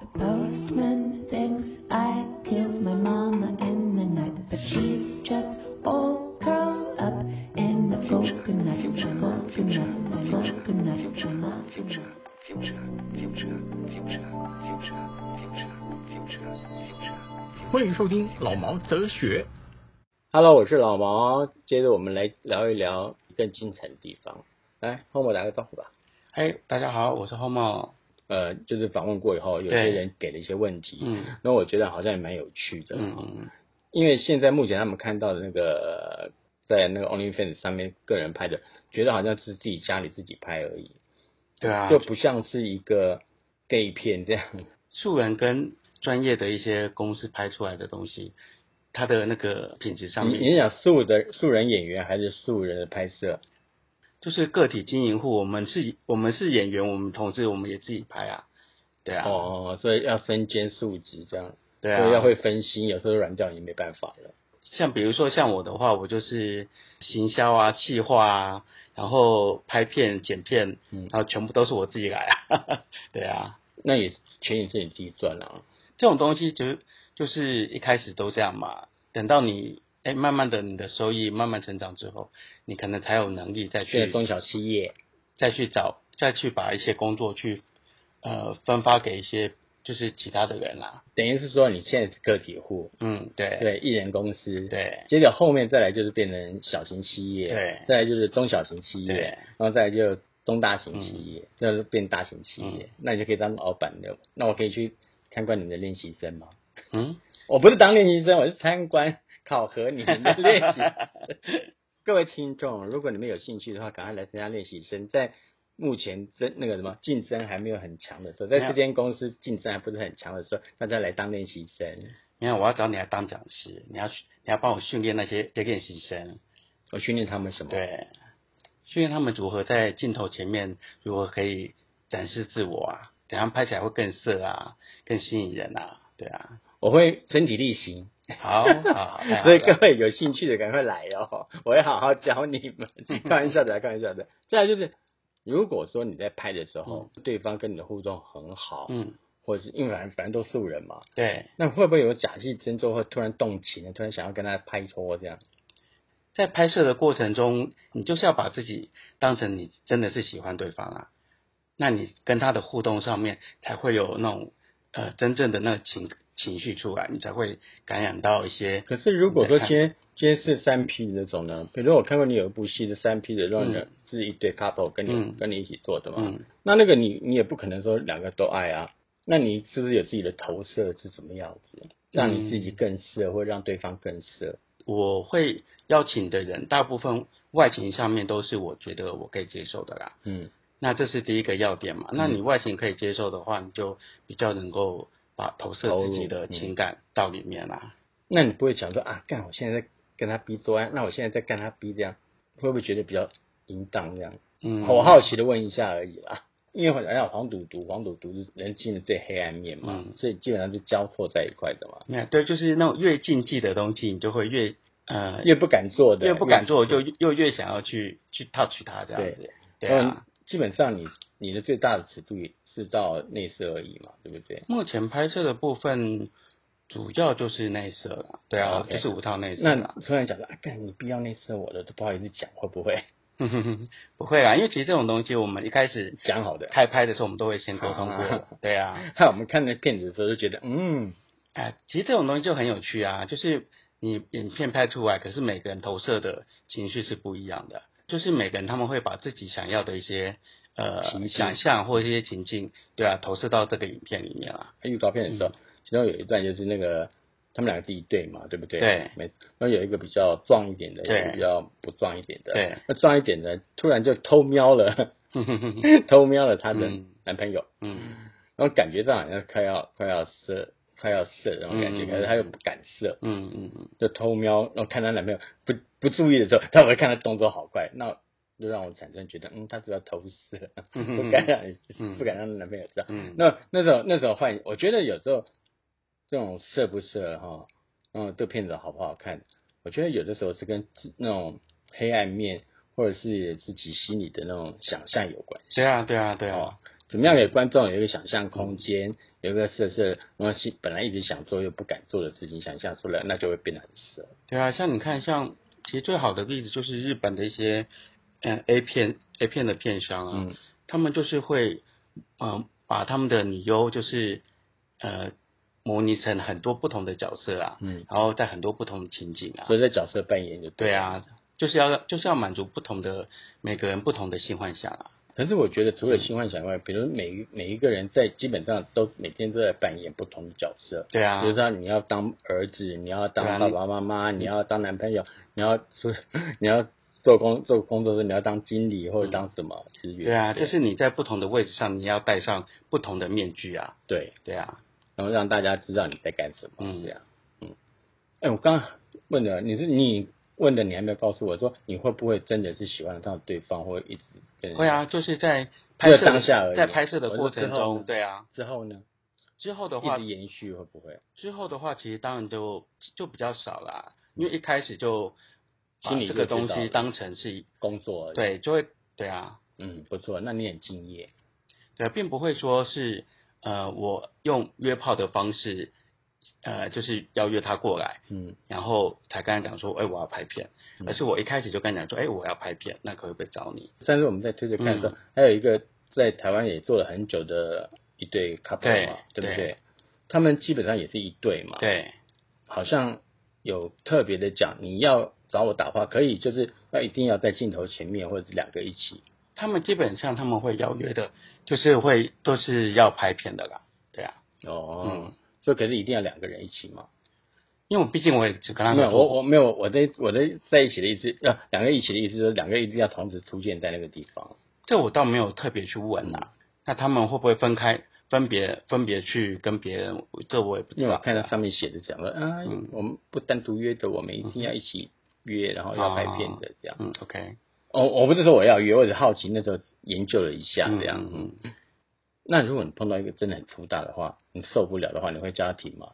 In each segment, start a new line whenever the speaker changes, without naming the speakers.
The postman thinks I killed my mama in the night, but she's just all curled up in the coconut, coconut, coconut, coconut.
future, 欢迎收听老毛哲学。
Hello，我是老毛，接着我们来聊一聊更精彩的地方。来，后面打个招呼吧。
哎，大家好，我是后茂。
呃，就是访问过以后，有些
对
人给了一些问题，
嗯
那我觉得好像也蛮有趣的。
嗯嗯
因为现在目前他们看到的那个、呃在那个 OnlyFans 上面个人拍的，觉得好像是自己家里自己拍而已，
对啊，
就
就
不像是一个 gay 片这样。
素人跟专业的一些公司拍出来的东西，它的那个品质上
你
面，
你想素的素人演员还是素人的拍摄？
就是个体经营户，我们是，我们是演员，我们同志，我们也自己拍啊。对啊，
哦，所以要身兼数职这样，
对
所以
啊，
要会分心，有时候软掉你没办法了。
像比如说像我的话，我就是行销啊、企划啊，然后拍片、剪片，
嗯
然后全部都是我自己来啊。 对啊，
那也钱也是你自己赚啦、
这种东西就是就是一开始都这样嘛，等到你哎慢慢的你的收益慢慢成长之后，你可能才有能力再
现在
去
中小企业，
再去找再去把一些工作去呃分发给一些就是其他的人啦、
等于是说你现在是个体户，
嗯，对
对，一人公司，。
对
接着后面再来就是变成小型企业，
对
再来就是中小型企业
对，嗯
然后再来就中大型企业，再来就变大型企业，那你就可以当老板了。那我可以去参观你们的练习生吗？
嗯，
我不是当练习生，我是参观考核你们的练习。 各位听众，如果你们有兴趣的话，赶快来参加练习生。在目前争那个什么竞争还没有很强的时候，在
没有
这间公司竞争还不是很强的时候，大家来当练习生。
你看我要找你来当讲师，你要去你要帮我训练那些练习生。
我训练他们什么？
对，训练他们如何在镜头前面如何可以展示自我啊，等他们拍起来会更色啊，更吸引人啊，对啊，
我会身体力行，
好好，太好
所以各
了
位有兴趣的赶快来哦，我会好好教你们。开玩笑的，开玩笑的。再来就是，如果说你在拍的时候，对方跟你的互动很好，
嗯，
或者是因为反正反正都素人嘛，
对，
那会不会有假戏真做，会突然动情呢？突然想要跟他拍拖这样？
在拍摄的过程中，你就是要把自己当成你真的是喜欢对方啊，那你跟他的互动上面才会有那种呃真正的那个情情绪出来，你才会感染到一些
可是如果说
你在看
今天今天是三 P 那种呢？比如说我看过你有一部戏是三 P 的，让人、是一对 couple 跟你、
嗯
跟你一起做的嘛？
嗯，
那那个你你也不可能说两个都爱啊，那你是不是有自己的投射是什么样子，让你自己更色，或让对方更色？
我会邀请的人，大部分外形上面都是我觉得我可以接受的啦。
嗯，
那这是第一个要点嘛。那你外形可以接受的话，你就比较能够把投射自己的
嗯
情感到里面啦。
那你不会想说啊，干我现在在跟他逼做爱，那我现在在跟他逼这样，会不会觉得比较淫荡这样？
嗯，
我好奇的问一下而已啦。因为好像黄赌毒，黄赌毒是人性的最黑暗面嘛，
嗯
所以基本上是交错在一块的嘛，
没有对，就是那种越禁忌的东西，你就会越呃
越不敢做的，
越不敢做，就又越想要去去 touch 它这样子。对啊，
嗯基本上你你的最大的尺度也是到内射而已嘛，对不对？
目前拍摄的部分主要就是内射啦。对啊，
OK
就是五套内射
那
啦。
突然讲到，啊，干你必要内射我的，都不好意思讲，会不会
哼哼哼， 不会啦，因为其实这种东西，我们一开始
讲好的？
开拍的时候，我们都会先沟通过
啊。
对啊，
看我们看那片子的时候就觉得，嗯，
哎，其实这种东西就很有趣啊，就是你影片拍出来，可是每个人投射的情绪是不一样的，就是每个人他们会把自己想要的一些
情
呃
境
想象或一些情境，对啊，投射到这个影片里面啊。
预告片的时候，其中有一段就是那个他们两个第一对嘛，对不对？
对
没，然后有一个比较壮一点的，
对
一个比较不壮一点的，
对，
那壮一点的突然就偷瞄了，
哼哼哼
偷瞄了她的
嗯
男朋友，
嗯
然后感觉上好像快要快要射，快要射那种感觉，
嗯
可是她又不敢射，
嗯嗯嗯，
就偷瞄，然后看她男朋友不不注意的时候，她会看她动作好快，那就让我产生觉得，嗯，她是要偷射，
嗯嗯嗯
不敢让你
嗯
不敢让她男朋友知道。
嗯
那那种那种幻，我觉得有时候这种射不射哈，嗯，这片子好不好看，我觉得有的时候是跟自那种黑暗面或者是自己心里的那种想象有关系。
对啊，对啊，对啊，
怎么样给观众有一个想象空间，有一个色色，然后心本来一直想做又不敢做的事情，想象出来，那就会变得很色。
对啊，像你看，像其实最好的例子就是日本的一些嗯 A 片 A 片的片商啊，
嗯
他们就是会嗯、呃把他们的女优就是呃模拟成很多不同的角色啊，
嗯，
然后在很多不同的情景啊，
所以在角色扮演就
对啊，就是要就是要满足不同的每个人不同的性幻想啊，
可是我觉得除了性幻想以外，比如每一每一个人在基本上都每天都在扮演不同的角色，
对啊
比，如说你要当儿子，你要当
对啊
爸爸妈妈，你要当男朋友，你要做 你要做工做工作的时候你要当经理或者当什么职员，
对啊，就是你在不同的位置上，你要戴上不同的面具啊，
对，
对啊，
然后让大家知道你在干什么，
嗯
这样，嗯，哎，我刚刚问的你是你问的，你还没有告诉我说你会不会真的是喜欢上对方，或一直跟
会啊，就是在拍摄
就当下而已啊
在拍摄的
我
过
说之
程
后呢
中，对啊，
之后呢，
之后的
一
话
直，延续会不会？
之后的话，其实当然就就比较少啦，因为一开始就把
心里
这
就
个东
知道
西
了
当成是，
工作而已，
对，就会对啊，
嗯，不错，那你很敬业，
对，并不会说是呃，我用约炮的方式，呃，就是邀约他过来，
嗯，
然后才跟他讲说，哎、我要拍片，
嗯
而是我一开始就跟他讲说，哎、我要拍片，那可不可以找你？
上次我们在推特看
嗯
到，还有一个在台湾也做了很久的一对 couple 嘛，对不
对对
对？他们基本上也是一对嘛，，
对，
好像有特别的讲，你要找我打话可以，就是哎那一定要在镜头前面或者两个一起，
他们基本上他们会邀约的，就是会都是要拍片的啦，对啊，
哦
嗯，
就可是一定要两个人一起嘛，
因为我毕竟我也只跟他
没有，我
们做过，
我没有，我的我的在一起的意思，要两个一起的意思就是两个一定要同时出现在那个地方，
这我倒没有特别去问啦。那他们会不会分开，分别分别去跟别人？这我也不
因
知
为
道
我
啊。
看到上面写的讲了啊，
嗯
我们不单独约的，我们一定要一起约，然后
啊
要拍片的这样。
嗯，OK，
哦，我不是说我要约，我只是好奇那时候研究了一下
嗯
这样。
嗯嗯
那如果你碰到一个真的很粗大的话，你受不了的话，你会叫他停吗？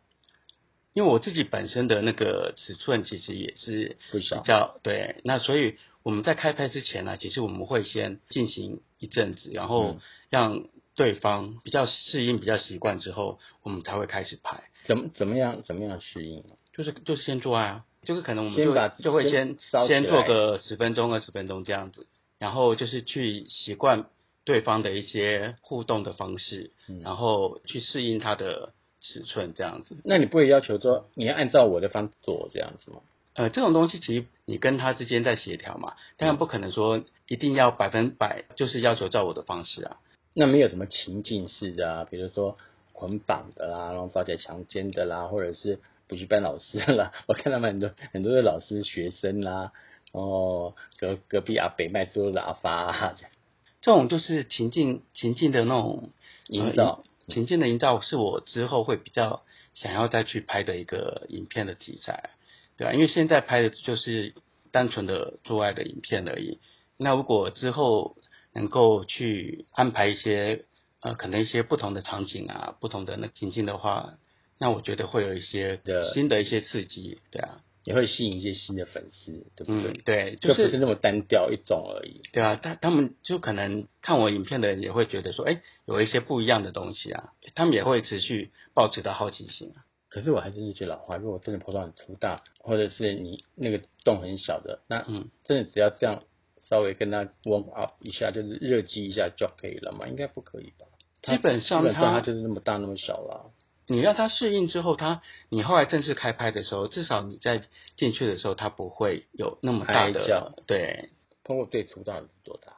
因为我自己本身的那个尺寸其实也是
不
比
小
较对，那所以我们在开拍之前呢、其实我们会先进行一阵子，然后
嗯
让对方比较适应、比较习惯之后，我们才会开始拍。
怎么怎么样怎么样适应？啊
就是就是先做爱啊，就是可能我们
先
就
把
就会
先
先
烧起来
先做个十分钟、二十分钟这样子，然后就是去习惯对方的一些互动的方式，
嗯
然后去适应他的尺寸这样子。
那你不会要求说你要按照我的方式做这样子吗？
呃，这种东西其实你跟他之间在协调嘛，
嗯
当然不可能说一定要百分百就是要求照我的方式啊。
那没有什么情境式的啊，比如说捆绑的啦，然后抓起来强奸的啦，或者是补习班老师啦， 我看他们很多很多的老师学生啦，然后隔隔壁阿北卖猪肉的阿发、啊，这样
这种就是情境情境的那种
营造，
呃情境的营造是我之后会比较想要再去拍的一个影片的题材，对啊，因为现在拍的就是单纯的做爱的影片而已。那如果之后能够去安排一些呃，可能一些不同的场景啊，不同的那情境的话，那我觉得会有一些
的
新的一些刺激，对啊，
也会吸引一些新的粉丝，对不对？
嗯，对，
就
就
不是那么单调一种而已。
对啊，他他们就可能看我影片的人也会觉得说，哎，有一些不一样的东西啊，他们也会持续保持到好奇心啊。
可是我还真是觉得老话，如果真的碰到很粗大，或者是你那个洞很小的，那
嗯
真的只要这样稍微跟他 warm up 一下，就是热机一下就可以了嘛？应该不可以吧？它
基本上
基本上它
它
就是那么大那么小啦。
你让他适应之后，他你后来正式开拍的时候，至少你在进去的时候，他不会有那么大
嗨叫
的对。
通过最粗大的是多大？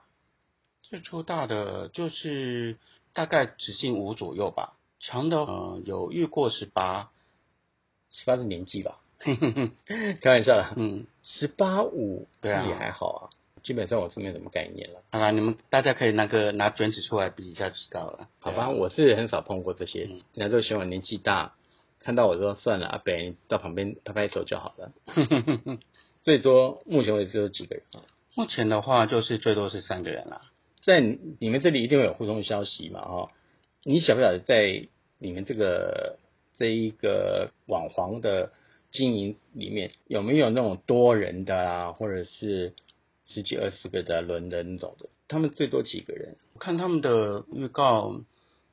最初大的就是大概直径五左右吧，长的呃有遇过十八，
十八是年纪 吧？
嘿嘿嘿
开玩笑啦，
嗯，
十八五
对啊
也还好啊。基本上我是没有什么概念了，
好啦，你们大家可以那个拿卷尺出来比一下就知道了，
好
对啊
吧，我是很少碰过这些
嗯，
人家都嫌我年纪大，看到我说算了，阿北你到旁边拍拍手就好了。最多目前为止只有几个人啊？
目前的话，就是最多是三个人啦。
在你们这里一定会有互动消息嘛，哦哈、你晓不晓得在你们这个这一个网黄的经营里面有没有那种多人的啊，或者是十几二十个的轮的那种的？他们最多几个人？
我看他们的预告，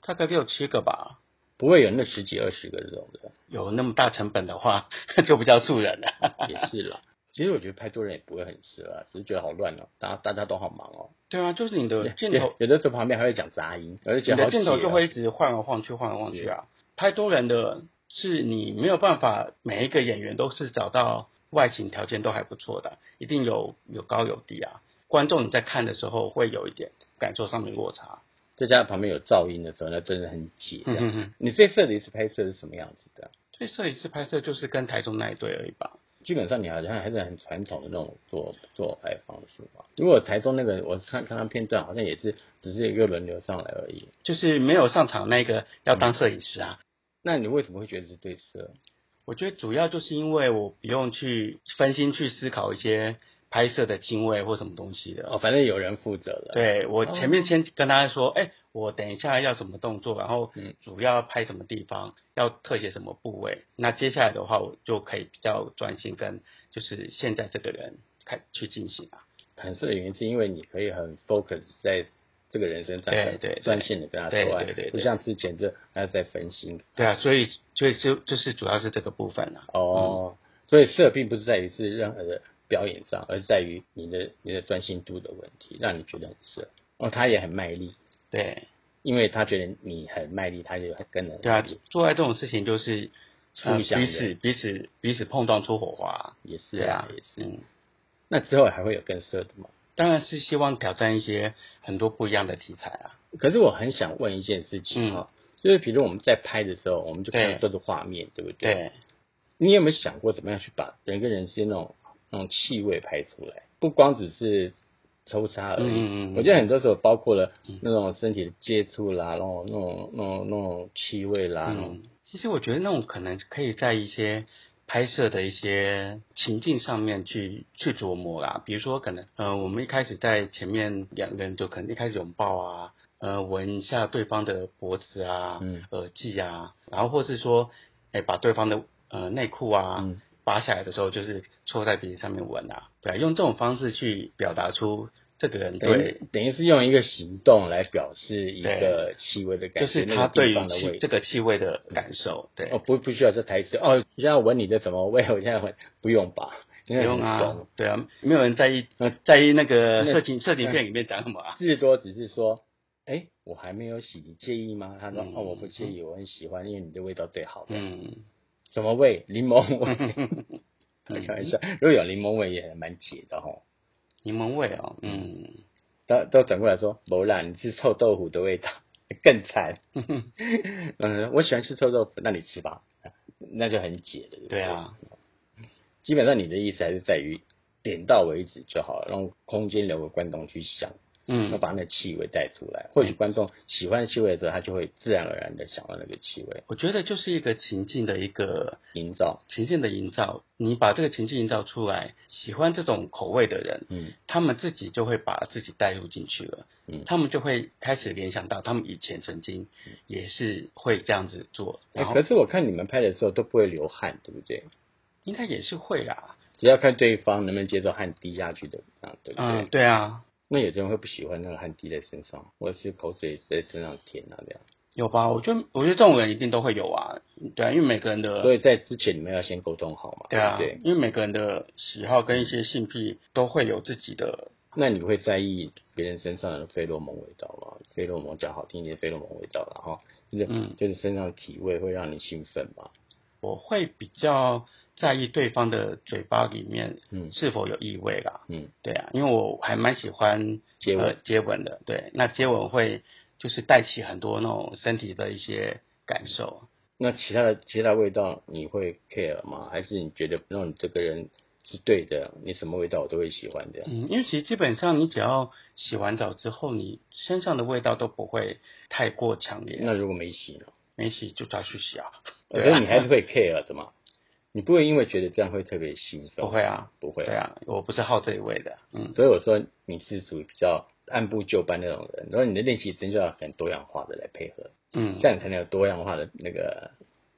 大概六七个吧。
不会有那十几二十个这种的，
有那么大成本的话， 就不叫素人了。
也是啦。其实我觉得拍多人也不会很吃啦，只是觉得好乱哦，大家大家都好忙哦。
对啊，就是你的镜头
有，有的时候旁边还会讲杂音，而且
你
好
的镜头
挤
就
哦
会一直晃来晃去，晃来晃去啊。拍多人的是你没有办法，每一个演员都是找到外景条件都还不错的，一定有有高有低啊。观众你在看的时候会有一点感受上面落差。
再加上旁边有噪音的时候，那真的很挤。这
嗯
样
嗯嗯。
你这次的一次拍摄是什么样子的？啊
所以摄影师拍摄就是跟台中那一对而已吧。
基本上你好像还是很传统的那种做做拍方式嘛。如果台中那个，我看看他片段，好像也是只是一个轮流上来而已。
就是没有上场那个要当摄影师啊。
那你为什么会觉得是对色？
我觉得主要就是因为我不用去分心去思考一些拍摄的经位或什么东西的。
哦，反正有人负责了。，
对我
哦
前面先跟他说，哎、我等一下要什么动作，然后
嗯
主要拍什么地方，要特写什么部位。那接下来的话，我就可以比较专心跟就是现在这个人开去进行啊。
很色的原因是因为你可以很 focus 在这个人身上，
对
很
对对
专心的跟他做爱，
对对对对
不像之前这还要在分心。
对啊，所以所以就就是主要是这个部分啊。
哦，所以色并不是在于是任何的表演上，而是在于你的你的专心度的问题，让你觉得很色。哦，他也很卖力，
对
因为他觉得你很卖力，他就跟着
对啊，做爱这种事情就是呃
嗯互相的
彼此彼此彼此碰撞出火花啊、
也是
对啊
也，是。
嗯，
那之后还会有更色的吗？
当然是希望挑战一些很多不一样的题材啊。
可是我很想问一件事情哈、就是比如我们在拍的时候，我们就看
嗯对
到都是画面，对不对？
对，
你有没有想过怎么样去把人跟人之间那种那种气味拍出来？不光只是抽插而已，
嗯嗯嗯嗯
我觉得很多时候包括了那种身体的接触啦，然后那种那种那种气味啦，那种
嗯，其实我觉得那种可能可以在一些拍摄的一些情境上面去去琢磨啦。比如说，可能呃，我们一开始在前面两个人就可能一开始拥抱啊，呃，闻一下对方的脖子啊、
嗯
耳际啊，然后或是说，哎，把对方的呃内裤啊。
嗯
拔下来的时候，就是戳在鼻子上面闻啊，对啊，用这种方式去表达出这个人
等
对
于等于是用一个行动来表示一个气味的感觉，
就是
那
他
个
对
地
于
方的
气
味
这个气味的感受，对，
哦，不不需要这台词哦，现在闻你的什么味？我现在闻不用吧，不
不用啊，对啊，没有人在意
嗯
在意那个
那
色情色情片里面讲什么啊，
至多只是说，哎，我还没有洗，你介意吗？他说，
嗯
哦，我不介意，我很喜欢，因为你的味道最好。
嗯，
什么味？柠檬 味。开玩笑，如果有柠檬味也蛮解的吼。
柠檬味哦，嗯，
都都转过来说，不啦，你吃臭豆腐的味道， 更 惨。嗯，我喜欢吃臭豆腐，那你吃吧，那就很解的。不
对，啊，
基本上你的意思还是在于点到为止就好了，让空间留给观众去想，要
嗯，
把那个气味带出来。或许观众喜欢气味的时候，他就会自然而然的想到那个气味，
我觉得就是一个情境的一个
营造。
情境的营造，你把这个情境营造出来，喜欢这种口味的人，
嗯，
他们自己就会把自己带入进去了，
嗯
他们就会开始联想到他们以前曾经也是会这样子做，
哎、
然后
可是我看你们拍的时候都不会流汗，对不对？
应该也是会啦，
只要看对方能不能接受汗滴下去的啊，对不对？
嗯，对啊，
那有的人会不喜欢那个汗滴在身上，或者是口水在身上舔啊这样。
有吧？我觉得，我觉得这种人一定都会有啊，对啊，因为每个人的
所以在之前你们要先沟通好嘛，
对啊，
不对。
因为每个人的喜好跟一些性癖都会有自己的，
那你会在意别人身上的费洛蒙味道吗？费洛蒙讲好听一点，费洛蒙味道啦，然后就是、
嗯
就是身上的体味会让你兴奋嘛。
我会比较在意对方的嘴巴里面
嗯
是否有异味啦。
嗯，
对啊，因为我还蛮喜欢
接吻
呃、接吻的，对，那接吻会就是带起很多那种身体的一些感受。
那其他的其他味道你会 care 吗？还是你觉得哦让你这个人是对的，你什么味道我都会喜欢这样？
嗯，因为其实基本上你只要洗完澡之后，你身上的味道都不会太过强烈，
那如果没洗呢？
没洗就再去洗啊。
所
对啊
以你还是会 care 的嘛？你不会因为觉得这样会特别兴奋？
不会啊，
不会
对。啊，我不是好这一味的，嗯。
所以我说你是属于比较按部就班那种人，然后你的练习真就要很多样化的来配合，
嗯
这，样你才能有多样化的那个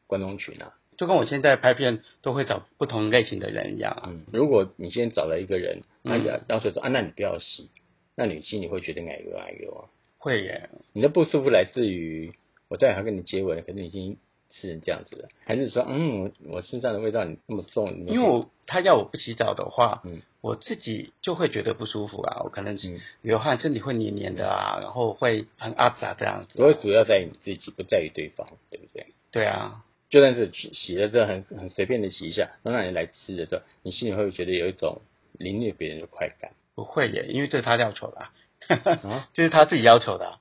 观众群啊。
就跟我现在拍片都会找不同类型的人一样啊。
嗯，如果你今天找了一个人，那
嗯
要到时候说啊，那你不要洗，那你心里会觉得哪个哪个啊？
会耶，你
你的不舒服来自于我待会还跟你接吻了，可是你已经吃成这样子了，还是说嗯，我我身上的味道你那么重？你没有
因为我他要我不洗澡的话，
嗯
我自己就会觉得不舒服啊，我可能
嗯
流汗，身体会黏黏的啊，然后会很阿杂这样子、啊
所以主要在于你自己，不在于对方，对不对？
对啊，
就算是去洗了之后很很随便的洗一下，然后让你来吃的时候，你心里会觉得有一种凌虐别人的快感
不会耶，因为这是他要求的、啊，
啊，
这是他自己要求的啊、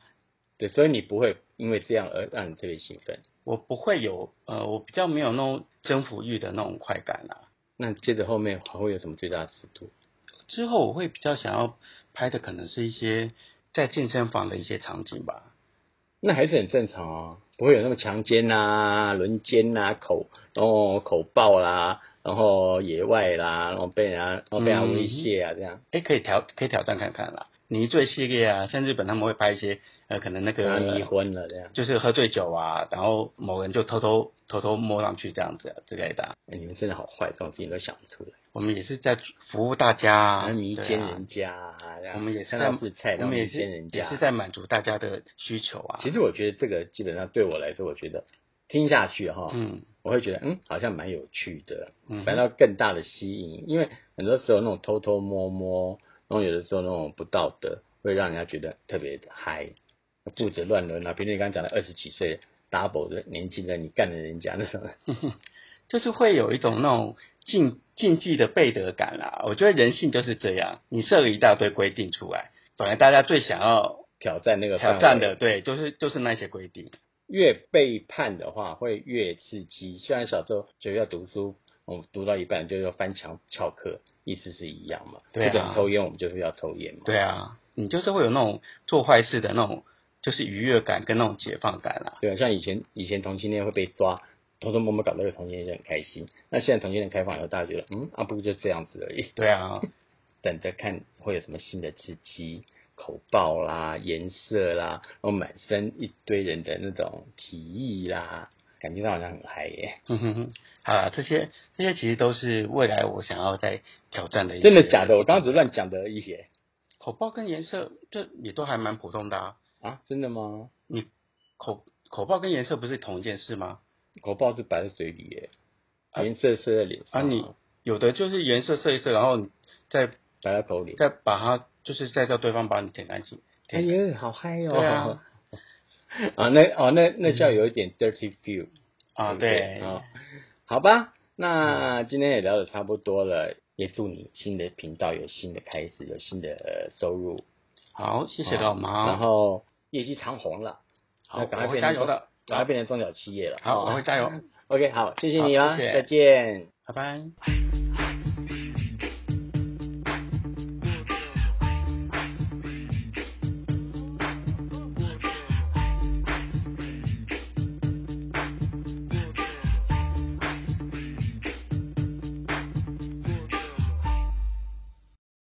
对，所以你不会因为这样而让你特别兴奋。
我不会有呃，我比较没有那种征服欲的那种快感啊啦、
那接着后面还会有什么最大的尺度？
之后我会比较想要拍的可能是一些在健身房的一些场景吧。
那还是很正常哦，不会有那么强奸呐、轮奸呐、口然后口爆啦，然后野外啦，然后被人家然后被人家威胁啊，这样。
哎，可以挑可以挑战看看啦。泥醉系列啊，像日本他们会拍一些呃，可能那
然后离
个
婚了这样，
就是喝醉酒啊，然后某人就偷偷偷偷摸上去这样子之类的啊。
哎你们真的好坏，这种事情都想不出来。
我们也是在服务大家
然
啊，
后迷
对
奸
啊
人家、啊，然后
我们也是
看
在
到是菜，然
我
后
们也
迷
是
奸人家。
也是在满足大家的需求啊。
其实我觉得这个基本上对我来说，我觉得听下去哈，
嗯
我会觉得嗯，好像蛮有趣的，
嗯哼
反倒更大的吸引，因为很多时候那种偷偷摸摸，然后有的时候那种不道德，会让人家觉得特别嗨，肚子乱伦啊，比如你刚刚讲的二十几岁 double 的年轻人，你干了人家那种，
就是会有一种那种禁禁忌的背德感啦。我觉得人性就是这样，你设了一大堆规定出来，本来大家最想要
挑战那个范
挑
围
战的，对，就是就是那些规定。
越背叛的话，会越刺激。虽然小时候觉得要读书，我们读到一半就要翻墙翘课，意思是一样嘛。
对啊
不准抽烟，我们就是要抽烟嘛。
对啊，你就是会有那种做坏事的那种，就是愉悦感跟那种解放感啦。
对啊，像以前以前同性恋会被抓，偷偷摸摸搞那个同性恋就很开心。那现在同性恋开放以后，大家觉得嗯，啊不过就这样子而已，
对啊，
等着看会有什么新的刺激。口爆啦，颜色啦，然后满身一堆人的那种提议啦，感觉到好像很嗨耶、
嗯哼哼哼，好啦，这些这些其实都是未来我想要再挑战的一些。
真的假的？我刚刚只是乱讲的而已耶、
口爆跟颜色，这也都还蛮普通的啊。
啊，真的吗？
口口爆跟颜色不是同一件事吗？
口爆是摆在嘴里耶，
啊
颜色射在脸上
啊，你有的就是颜色射一射，然后你再
摆在口里，
再把它，就是再叫对方把你舔干净。
哎
舔
呦，好嗨
对啊
哦！啊，那哦，那那叫有一点 dirty feel
啊，
不
对，嗯
啊，好吧，那今天也聊的差不多了，也祝你新的频道有新的开始，有新的呃收入，
好，谢谢
啊
老毛，
然后业绩长虹了，
好，
那赶快
我会
变
加
成
油的，
赶快变成中小企业了。
好，
啊
我会加油，
OK，好，谢谢
好
你啊，
谢谢
再见。
拜拜。